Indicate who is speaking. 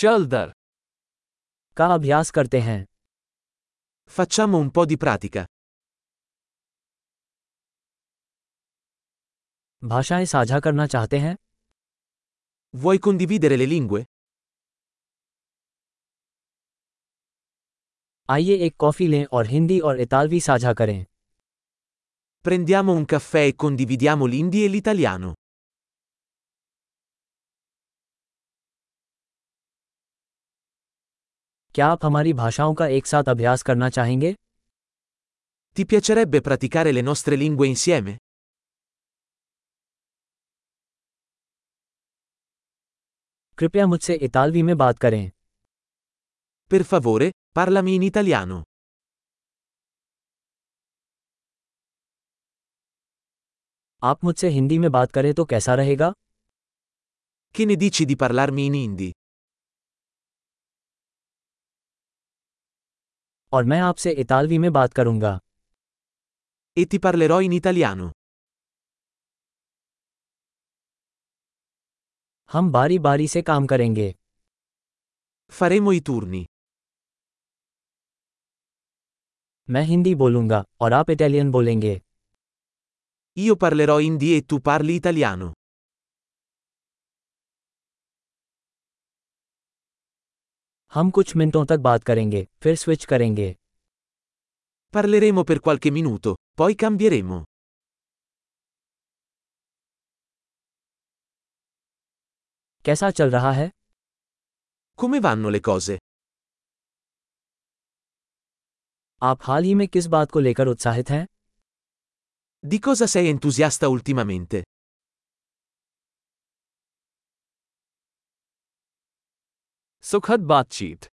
Speaker 1: चल दर
Speaker 2: का अभ्यास करते हैं
Speaker 3: Facciamo un po' di pratica.
Speaker 2: भाषाएं साझा करना चाहते हैं
Speaker 3: Vuoi condividere le lingue?
Speaker 2: आइए एक कॉफ़ी लें और हिंदी और इतालवी साझा करें
Speaker 3: Prendiamo un caffè e condividiamo l'indi e l'italiano.
Speaker 2: क्या आप हमारी भाषाओं का एक साथ अभ्यास करना चाहेंगे
Speaker 3: Ti piacerebbe praticare le nostre lingue insieme?
Speaker 2: कृपया मुझसे इतालवी में बात करें
Speaker 3: Per favore, parlami in italiano.
Speaker 2: आप मुझसे हिंदी में बात करें तो कैसा रहेगा
Speaker 3: Che ne dici di parlarmi in hindi?
Speaker 2: और मैं आपसे इतालवी में बात करूंगा
Speaker 3: E ti parlerò in italiano.
Speaker 2: हम बारी बारी से काम करेंगे
Speaker 3: Faremo i turni.
Speaker 2: मैं हिंदी बोलूंगा और आप इटालियन बोलेंगे
Speaker 3: Io parlerò hindi e tu parli italiano.
Speaker 2: हम कुछ मिनटों तक बात करेंगे फिर स्विच करेंगे
Speaker 3: Parleremo per qualche minuto, poi cambieremo.
Speaker 2: कैसा चल रहा है
Speaker 3: Come vanno le cose?
Speaker 2: आप हाल ही में किस बात को लेकर उत्साहित हैं
Speaker 3: Di cosa sei entusiasta ultimamente?
Speaker 1: सुखद बातचीत